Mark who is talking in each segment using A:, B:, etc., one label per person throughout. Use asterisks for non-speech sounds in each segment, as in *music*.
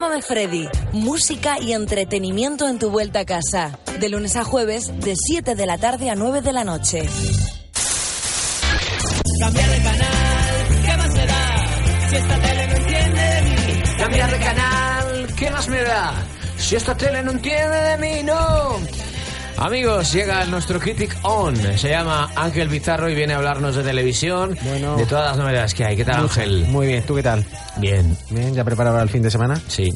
A: Casa Freddy. Música y entretenimiento en tu vuelta a casa. De lunes a jueves, de 7 de la tarde a 9 de la noche.
B: Cambiar de canal, ¿qué más me da? Si esta tele no entiende de mí.
C: Cambiar de canal, ¿qué más me da? Si esta tele no entiende de mí, no. Amigos, llega nuestro Critic On. Se llama Ángel Pizarro y viene a hablarnos de televisión,
D: Bueno.
C: de todas las novedades que hay. ¿Qué tal, Ángel?
D: Muy bien, ¿tú qué tal?
C: Bien,
D: Bien, ¿ya preparado para el fin de semana?
C: sí.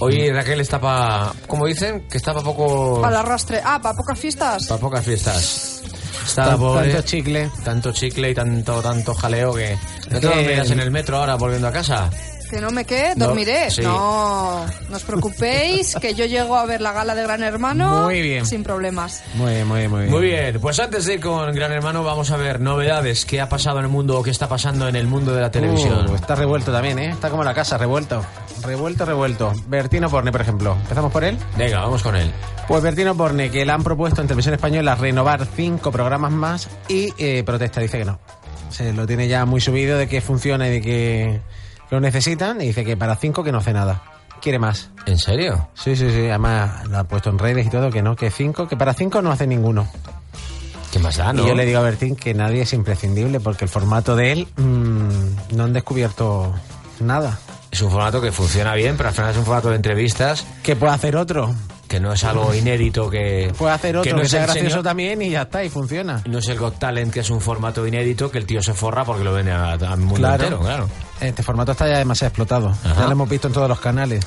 C: Hoy Raquel está para, como dicen, que está para poco,
E: Para el arrastre. Ah, para pocas fiestas.
C: para pocas fiestas. Está
D: Tan-
C: pobre,
D: tanto chicle.
C: tanto chicle y tanto tanto jaleo que no te
D: Que-
C: dormirás en el metro ahora volviendo a casa.
E: Que no me quede,
C: No,
E: dormiré. No,
C: sí.
E: no os preocupéis, que yo llego a ver la gala de Gran Hermano
D: Muy bien.
E: sin problemas.
D: Muy bien, muy bien, muy bien.
C: Muy bien, pues antes de ir con Gran Hermano vamos a ver novedades, qué ha pasado en el mundo o qué está pasando en el mundo de la televisión.
D: Uh, está revuelto también, ¿eh? Está como la casa, revuelto. Revuelto, revuelto. Bertino Borne, por ejemplo. ¿Empezamos por él?
C: Venga, vamos con él.
D: Pues Bertino Borne, que le han propuesto en Televisión Española renovar cinco programas más y eh, protesta, dice que no. Se lo tiene ya muy subido de que funciona y de que lo necesitan y dice que para cinco que no hace nada. Quiere más.
C: ¿En serio?
D: Sí, sí, sí. Además lo ha puesto en redes y todo que no, que cinco, que para cinco no hace ninguno.
C: ¿Qué más da, no?
D: Y yo le digo a Bertín que nadie es imprescindible porque el formato de él mm, no han descubierto nada.
C: Es un formato que funciona bien, pero al final es un formato de entrevistas
D: Que puede hacer otro.
C: que no es algo inédito que...
D: Puede hacer otro que,
C: no es
D: sea
C: el
D: gracioso
C: señor-
D: también y ya está, y funciona.
C: No es el Got Talent, que es un formato inédito que el tío se forra porque lo ven a- al mundo entero, claro.
D: Este formato está ya demasiado explotado.
C: Ajá.
D: Ya lo hemos visto en todos los canales.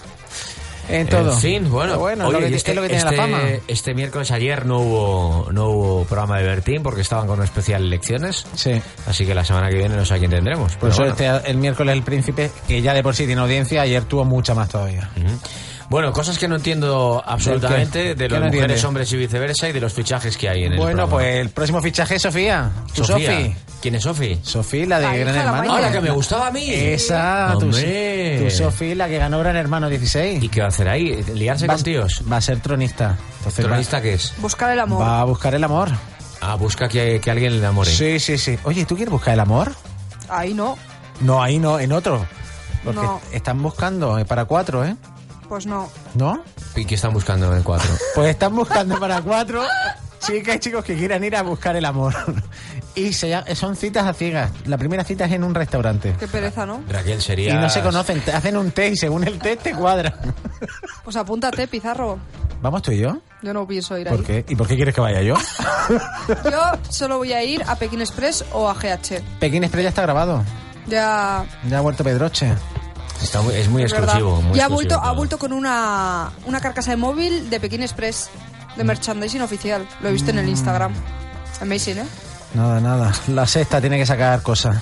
D: En todo.
C: En fin, bueno,
D: Pero bueno es
C: oye,
D: lo
C: y
D: que,
C: este,
D: es lo que tiene
C: este-
D: la fama.
C: este miércoles ayer no hubo, no hubo programa de Bertín porque estaban con especial elecciones.
D: Sí.
C: Así que la semana que viene no sé a quién tendremos.
D: Por
C: pero
D: eso
C: bueno.
D: este, el miércoles el príncipe, que ya de por sí tiene audiencia, ayer tuvo mucha más todavía.
C: Ujú. Bueno, cosas que no entiendo absolutamente de
D: ¿Qué
C: los
D: no
C: mujeres,
D: entiende?
C: hombres y viceversa y de los fichajes que hay en el
D: bueno,
C: programa.
D: pues el próximo fichaje es Sofía. Tu
C: Sofía.
D: Sofi.
C: ¿Quién es Sofi?
D: Sofía, la de
E: La
D: Gran
E: hija de la
D: Hermano.
C: Ah,
E: Maite.
C: la que me gustaba a mí.
D: Esa, tu,
C: Hombre.
D: tu Sofi, la que ganó Gran Hermano 16.
C: ¿Y qué va a hacer ahí? ¿Liarse
D: va,
C: con tíos?
D: va a ser tronista. Entonces
C: ¿Tronista qué es?
E: Buscar el
D: Va,
E: amor.
D: va a buscar el amor.
C: Ah, busca que, que alguien le enamore.
D: Sí, sí, sí. Oye, ¿tú quieres buscar el amor?
E: Ahí no,
D: No, ahí no, en otro. Porque
E: No.
D: están buscando eh, para cuatro, ¿eh?
E: pues no.
D: ¿No?
C: ¿Y qué están buscando en el
D: *laughs*
C: 4?
D: Pues están buscando para cuatro chicas y chicos que quieran ir a buscar el amor. Y se llama- son citas a ciegas. La primera cita es en un restaurante.
E: Qué pereza, ¿no?
C: Raquel sería.
D: Y no se conocen, te hacen un test y según el test te cuadra.
E: Pues apúntate, Pizarro.
D: ¿Vamos tú y yo?
E: Yo no pienso ir
D: ¿Por
E: ahí.
D: qué? ¿Y por qué quieres que vaya yo?
E: Yo solo voy a ir a Pekín Express o a GH.
D: Pekín Estrella está grabado.
E: Ya.
D: Ya ha vuelto Pedroche.
C: Está muy- es muy
E: es verdad.
C: exclusivo. muy
E: y ha
C: exclusivo
E: vuelto, ha
C: todo.
E: vuelto con una, una carcasa de móvil de Pekín Express, de merchandising oficial. Lo he visto en el Instagram. Amazing, ¿eh?
D: Nada, nada. La sexta tiene que sacar cosas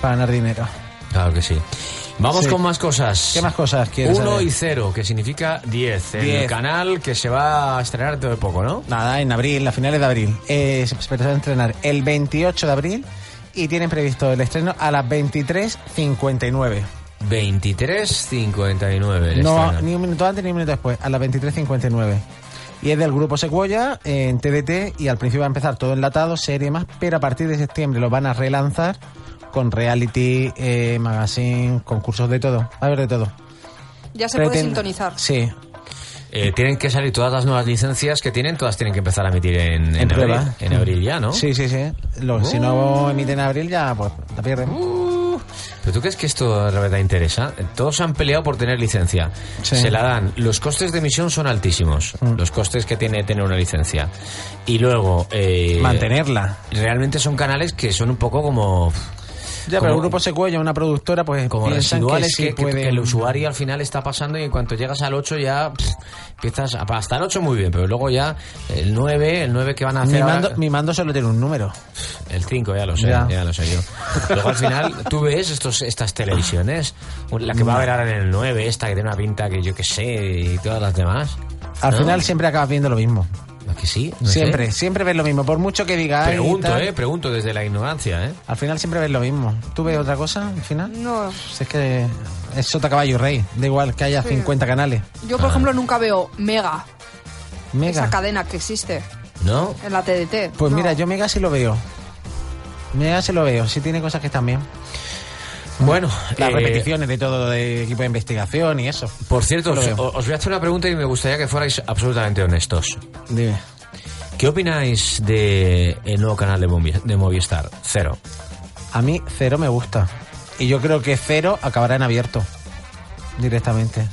D: para ganar dinero.
C: Claro que sí. Vamos
D: Sí.
C: con más cosas.
D: ¿Qué más cosas quieres
C: 1
D: saber?
C: y 0, que significa 10. El
D: Diez.
C: canal que se va a estrenar dentro de poco, ¿no?
D: Nada, en abril, a finales de abril. Eh, se se va a entrenar el 28 de abril y tienen previsto el estreno a las 23.59.
C: 23.59. el
D: No,
C: estreno.
D: ni un minuto antes ni un minuto después, a las 23.59. Y es del grupo Secuoya eh, en TDT y al principio va a empezar todo enlatado, serie y más, pero a partir de septiembre lo van a relanzar con reality, eh, magazine, concursos de todo. Va a haber de todo.
E: Ya se puede
D: Preten-
E: sintonizar.
D: Sí,
C: Eh, tienen que salir todas las nuevas licencias que tienen, todas tienen que empezar a emitir en, en,
D: En
C: abril,
D: prueba.
C: en abril ya, ¿no? Uh.
D: Sí, sí, sí. Lo- Si no emiten en abril, ya pues, la pierden.
C: ¿Pero tú crees que esto de verdad interesa? Todos han peleado por tener licencia.
D: Sí. Mm.
C: Se la dan. Los costes de emisión son altísimos. Los costes que tiene tener una licencia. Y luego... eh,
D: Mantenerla.
C: Realmente son canales que son un poco como...
D: Ya,
C: como-
D: pero el grupo Secuella, una productora, pues
C: como
D: piensan que
C: residuales que,
D: sí
C: que-
D: pueden-
C: que el usuario al final está pasando y en cuanto llegas al 8 ya pff, empiezas a- hasta el 8 muy bien, pero luego ya el 9, el 9 que van a hacer
D: Mi
C: ahora-
D: mando, mi mando solo tiene un número.
C: el 5 ya lo sé, ya,
D: Ya.
C: lo sé yo. Luego al final tú ves estos estas televisiones, la que va a haber ahora en el 9, esta que tiene una pinta que yo qué sé y todas las demás.
D: Al
C: ¿No?
D: final siempre acabas viendo lo mismo.
C: ¿A que Ah. sí? No sé.
D: siempre, siempre ves lo mismo. Por mucho que digas.
C: Pregunto, eh, pregunto desde la ignorancia, eh.
D: Al final siempre ves lo mismo. ¿Tú ves otra cosa al final?
E: No.
D: Si es que es sota caballo y rey. Da igual que haya 50 canales.
E: Yo, por ejemplo, nunca veo Mega, esa
D: Mega.
E: cadena que existe
C: ¿No?
E: en la TDT.
D: Pues
E: No.
D: mira, yo Mega sí lo veo. Mega sí lo veo. Sí tiene cosas que están bien.
C: Bueno,
D: Las
C: eh,
D: repeticiones de todo de equipo de investigación y eso.
C: Por cierto,
D: Lo
C: os,
D: veo.
C: os voy a hacer una pregunta y me gustaría que fuerais absolutamente honestos.
D: Dime.
C: ¿Qué opináis de el nuevo canal de, Movi- de Movistar? Cero.
D: A mí cero me gusta. Y yo creo que cero acabará en abierto. Directamente.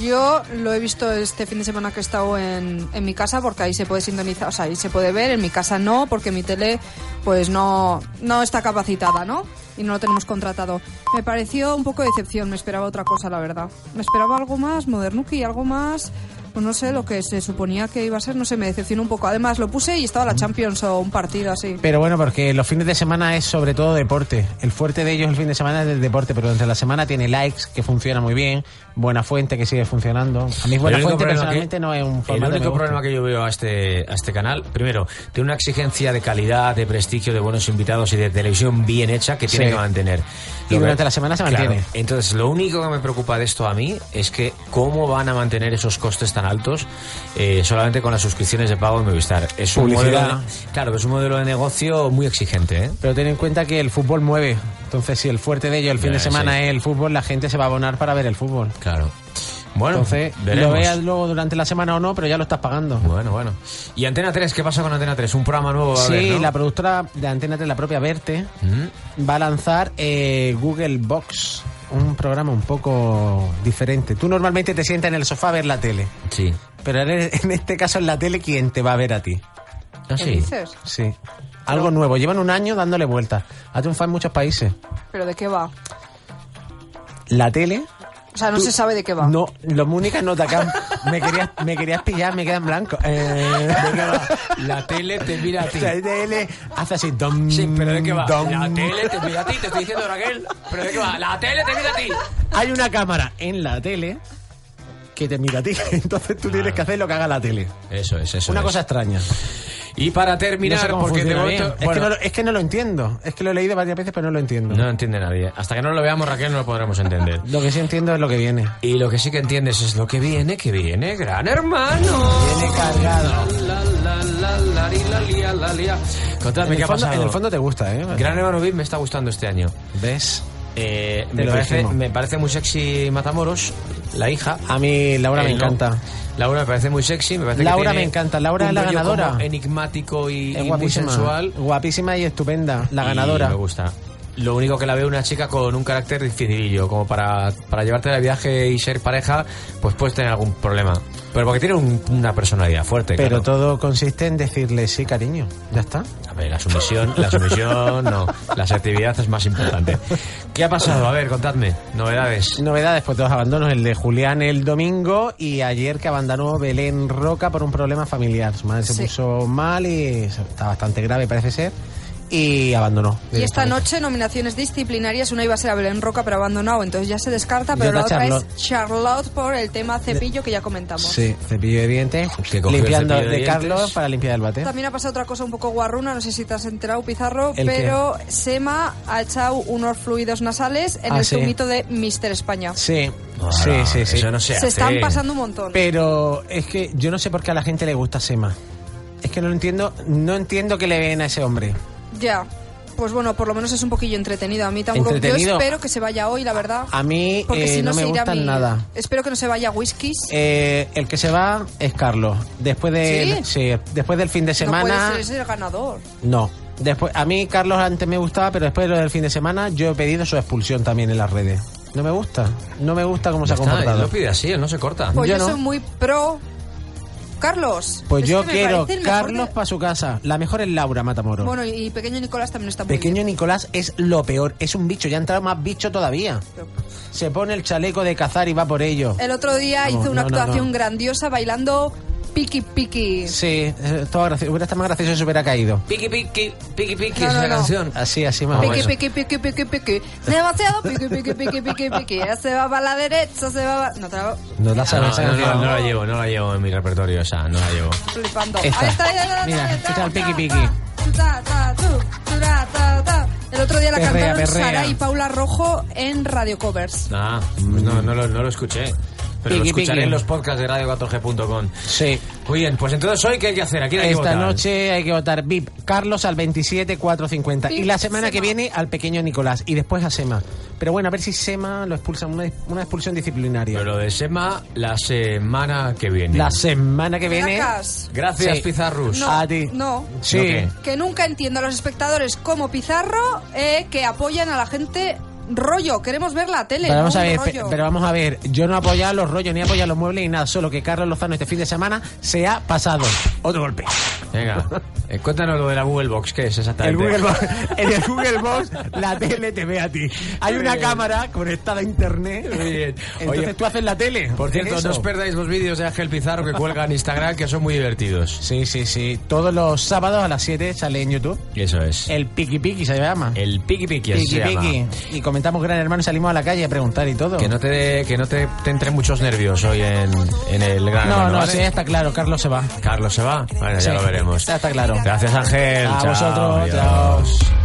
E: Yo lo he visto este fin de semana que he estado en, en mi casa porque ahí se puede sintonizar, o sea, ahí se puede ver, en mi casa no, porque mi tele pues no, no está capacitada, ¿no? Y no lo tenemos contratado. Me pareció un poco de decepción, me esperaba otra cosa, la verdad. Me esperaba algo más modernuki, algo más, pues no sé, lo que se suponía que iba a ser, no sé, me decepcionó un poco. Además lo puse y estaba la Champions o un partido así.
D: Pero bueno, porque los fines de semana es sobre todo deporte. El fuerte de ellos el fin de semana es el deporte, pero durante la semana tiene likes, que funciona muy bien, Buena Fuente, que sigue funcionando. A mí Buena
C: El único
D: Fuente
C: problema
D: personalmente
C: que-
D: no es un
C: El
D: formato
C: único
D: me guste.
C: problema que yo veo a este, a este canal, primero, tiene una exigencia de calidad, de prestigio, de buenos invitados y de televisión bien hecha que tiene
D: Sí.
C: que mantener.
D: Y
C: Lo
D: durante
C: que-
D: la semana se
C: Claro.
D: mantiene.
C: Entonces, lo único que me preocupa de esto a mí es que cómo van a mantener esos costes tan altos eh, solamente con las suscripciones de pago de Movistar. Es un
D: Publicidad.
C: modelo de- claro, es un modelo de negocio muy exigente. ¿eh?
D: Pero ten en cuenta que el fútbol mueve. Entonces, si el fuerte de ellos el fin
C: Ya,
D: de semana
C: sí.
D: es el fútbol, la gente se va a abonar para ver el fútbol.
C: Claro. Bueno,
D: Entonces,
C: veremos.
D: lo veas luego durante la semana o no, pero ya lo estás pagando.
C: Bueno, bueno. ¿Y Antena 3? ¿Qué pasa con Antena 3? Un programa nuevo. va a
D: Sí,
C: haber, ¿no?
D: la productora de Antena 3, la propia Verte,
C: Mm.
D: va a lanzar eh, Google Box, un programa un poco diferente. Tú normalmente te sientas en el sofá a ver la tele,
C: Sí.
D: pero eres- *laughs* en este caso es la tele quien te va a ver a ti.
C: Ah,
E: ¿Qué
C: sí.
E: dices?
D: Sí. Algo nuevo, llevan un año dándole vueltas. Ha triunfado en muchos países.
E: ¿Pero de qué va?
D: La tele
E: O sea, no se sabe de qué va.
D: No, los Múnicas no te acaban. Me querías, me querías pillar, me quedan blanco. Eh, *laughs* ¿De qué va?
C: La tele te
E: *laughs*
C: mira a ti.
D: La tele hace así. Dom,
C: Sí, pero ¿de qué va?
D: dom.
C: La tele te mira a ti, te estoy diciendo Raquel. ¿Pero de qué va? La tele te mira a ti.
D: Hay una cámara en la tele que te mira a ti. *laughs* Entonces tú tienes que hacer lo que haga la tele.
C: Eso es, eso
D: una
C: es.
D: cosa extraña.
C: Y para
D: No
C: terminar,
D: sé cómo
C: porque de
D: funciona
C: momento...
D: bien. es, que
C: bueno,
D: no, lo- es que no lo entiendo. Es que lo he leído varias veces, pero no lo entiendo.
C: no lo entiende nadie. Hasta que no lo veamos, Raquel, no lo podremos entender.
D: Lo que sí entiendo es lo que viene.
C: Y lo que sí que entiendes es lo que viene, que viene, gran hermano.
D: Viene cargado.
C: La, la, la, la, li, la, lia, la, lia.
D: En
C: Contadme
D: el,
C: qué ha
D: fondo,
C: pasado.
D: en el fondo te gusta, ¿eh?
C: Gran Hermano VIP me está gustando este año.
D: ¿Ves?
C: Eh,
D: Te
C: me,
D: lo
C: parece,
D: dijimos.
C: me parece muy sexy Matamoros, la hija.
D: A mí Laura me
C: Él no.
D: encanta.
C: Laura me parece muy sexy. Me parece que
D: Laura
C: tiene
D: me encanta, Laura
C: un
D: es la
C: rollo
D: ganadora.
C: como Enigmático y,
D: Es
C: y muy
D: guapísima.
C: sensual.
D: Guapísima y estupenda. La
C: Y
D: ganadora.
C: me gusta. Lo único que la veo una chica con un carácter dificilillo, como para, para llevarte de viaje y ser pareja, pues puedes tener algún problema. Pero porque tiene un- una personalidad fuerte. claro.
D: Pero todo consiste en decirle sí, cariño. Ya está.
C: A ver, la sumisión, la sumisión, no. La actividades es más importante. ¿Qué ha pasado? A ver, contadme. Novedades.
D: Novedades, pues dos abandonos. El de Julián el domingo y ayer que abandonó Belén Roca por un problema familiar. Su madre se
E: Sí.
D: puso mal y está bastante grave, parece ser. Y abandonó. Eh,
E: Y esta
D: directamente.
E: noche nominaciones disciplinarias, una iba a ser a Belén Roca pero abandonado, entonces ya se descarta,
D: Y
E: pero
D: otra
E: la otra
D: Charlotte.
E: es Charlotte por el tema cepillo que ya comentamos.
D: Sí, cepillo de dientes.
C: Que cogió el
D: Limpiando
C: cepillo de
D: de
C: dientes.
D: Carlos para limpiar el bate.
E: También ha pasado otra cosa un poco guarruna, no sé si te has enterado, Pizarro,
D: ¿El qué?
E: pero Sema ha echado unos fluidos nasales en
D: Ah,
E: el
D: sí.
E: zumito de Mister España.
D: Sí,
C: No,
D: sí,
C: no,
D: sí, sí.
C: Ah, Eso no se,
E: Se,
C: hace.
E: están pasando un montón.
D: Pero es que yo no sé por qué a la gente le gusta Sema. Es que no lo entiendo, no entiendo que le ven a ese hombre.
E: ya. Pues bueno, por lo menos es un poquillo entretenido. A mí tampoco. Yo
D: Entretenido.
E: espero que se vaya hoy, la verdad.
D: A mí
E: porque
D: eh,
E: si no,
D: no,
E: se
D: me
E: irá
D: gustan
E: mi-
D: nada.
E: Espero que no se vaya whiskies.
D: Eh, el que se va es Carlos. Después de sí, después del fin de
E: No
D: semana
E: puede ser, es el ganador.
D: no. Después a mí Carlos antes me gustaba, pero después de lo del fin de semana yo he pedido su expulsión también en las redes. No me gusta, no me gusta cómo
C: Ya
D: se ha
C: está, él
D: comportado.
C: lo pide así, él no se corta.
E: Pues
D: Yo
E: yo,
D: no.
E: soy muy pro. Carlos.
D: Pues
E: es
D: yo
E: que me
D: quiero
E: parece el mejor
D: Carlos
E: de-
D: para su casa. La mejor es Laura Matamoros.
E: Bueno, y pequeño Nicolás también está muy
D: Pequeño Nicolás es lo peor, es un bicho, ya ha entrado más bicho todavía.
E: bien.
D: Se pone el chaleco de cazar y va por ello.
E: El otro día
D: Vamos,
E: hizo una
D: no, no,
E: actuación
D: no.
E: grandiosa bailando piqui piqui.
D: Sí, eh, todo gracio- hubiera estado más gracioso si hubiera caído.
C: Piqui, piqui, piqui, piqui,
E: No,
C: es
E: no,
C: la
E: no.
C: canción.
D: Así, así más o
E: Piqui,
D: menos.
E: piqui, piqui, piqui, piqui. Demasiado piqui, piqui, piqui, piqui, piqui. Ya Se va para la derecha, se va para... No te la...
D: No la
C: No,
D: sabes,
C: Ah, no,
D: Ah, esa
C: no,
D: canción.
C: no la llevo, no la llevo en mi repertorio, o sea, no la llevo.
E: Flipando.
D: Esta.
E: Ahí está, ahí está, ahí está,
D: Mira,
E: ahí está,
D: escucha el
E: ta,
D: piqui,
E: ta, ta, ta, tu, tu, ra, ta, ta. El otro día la
D: Perrea,
E: cantaron
D: perrea.
E: Sara y Paula Rojo en Radio Covers.
C: Ah, pues no, no lo, no lo escuché. Pero lo
D: Piqui,
C: escucharé
D: piqui.
C: en los podcasts de radio14.com.
D: Sí.
C: Muy bien, pues entonces hoy, ¿qué hay que hacer? ¿A quién hay que
D: Esta
C: votar?
D: noche hay que votar VIP Carlos al 27450 y
E: Vip,
D: la semana que
E: Sema.
D: viene al pequeño Nicolás y después a Sema. Pero bueno, a ver si Sema lo expulsan, una, una expulsión disciplinaria.
C: Pero lo de Sema la semana que viene.
D: La semana que viene.
E: Caracas.
C: Gracias,
D: Sí.
C: Pizarrus.
E: No,
D: A ti.
E: no.
D: Sí.
C: ¿No qué?
E: Que nunca entiendo a los espectadores como Pizarro eh, que apoyan a la gente rollo. Queremos ver la tele.
D: Pero vamos
E: no
D: a
E: un
D: ver, pe-
E: rollo.
D: pero vamos a ver, yo no apoyo a los rollos ni apoyo a los muebles ni nada, solo que Carlos Lozano este fin de semana se ha pasado. Otro golpe.
C: Venga, eh, cuéntanos lo de la Google Box, ¿qué es
D: El
C: exactamente?
D: Google Box, en el Google Box la tele te ve a ti. Hay una cámara conectada a internet.
C: Muy bien.
D: *laughs* Entonces
C: Oye,
D: tú haces la tele.
C: Por cierto,
D: ¿Es
C: no os
D: eso?
C: perdáis los vídeos de Ángel Pizarro que cuelga en Instagram, que son muy divertidos.
D: Sí, sí, sí. Todos los sábados a las 7 sale en YouTube.
C: Eso es.
D: El Piki Piki se llama.
C: El Piki Piki, así
D: Piki
C: Eh, se
D: Piki.
C: llama.
D: Y comentamos Gran Hermano y salimos a la calle a preguntar y todo.
C: Que no te, dé- que no te, te entren muchos nervios hoy en, en el gran
D: no,
C: Hermano,
D: no,
C: Ah, ¿vale?
D: sí, está claro, Carlos se va.
C: Carlos se va. Bueno,
D: Sí,
C: ya lo veremos.
D: Ya está claro.
C: Gracias, Ángel.
D: A
C: Chao,
D: vosotros,
C: adiós.
D: chao.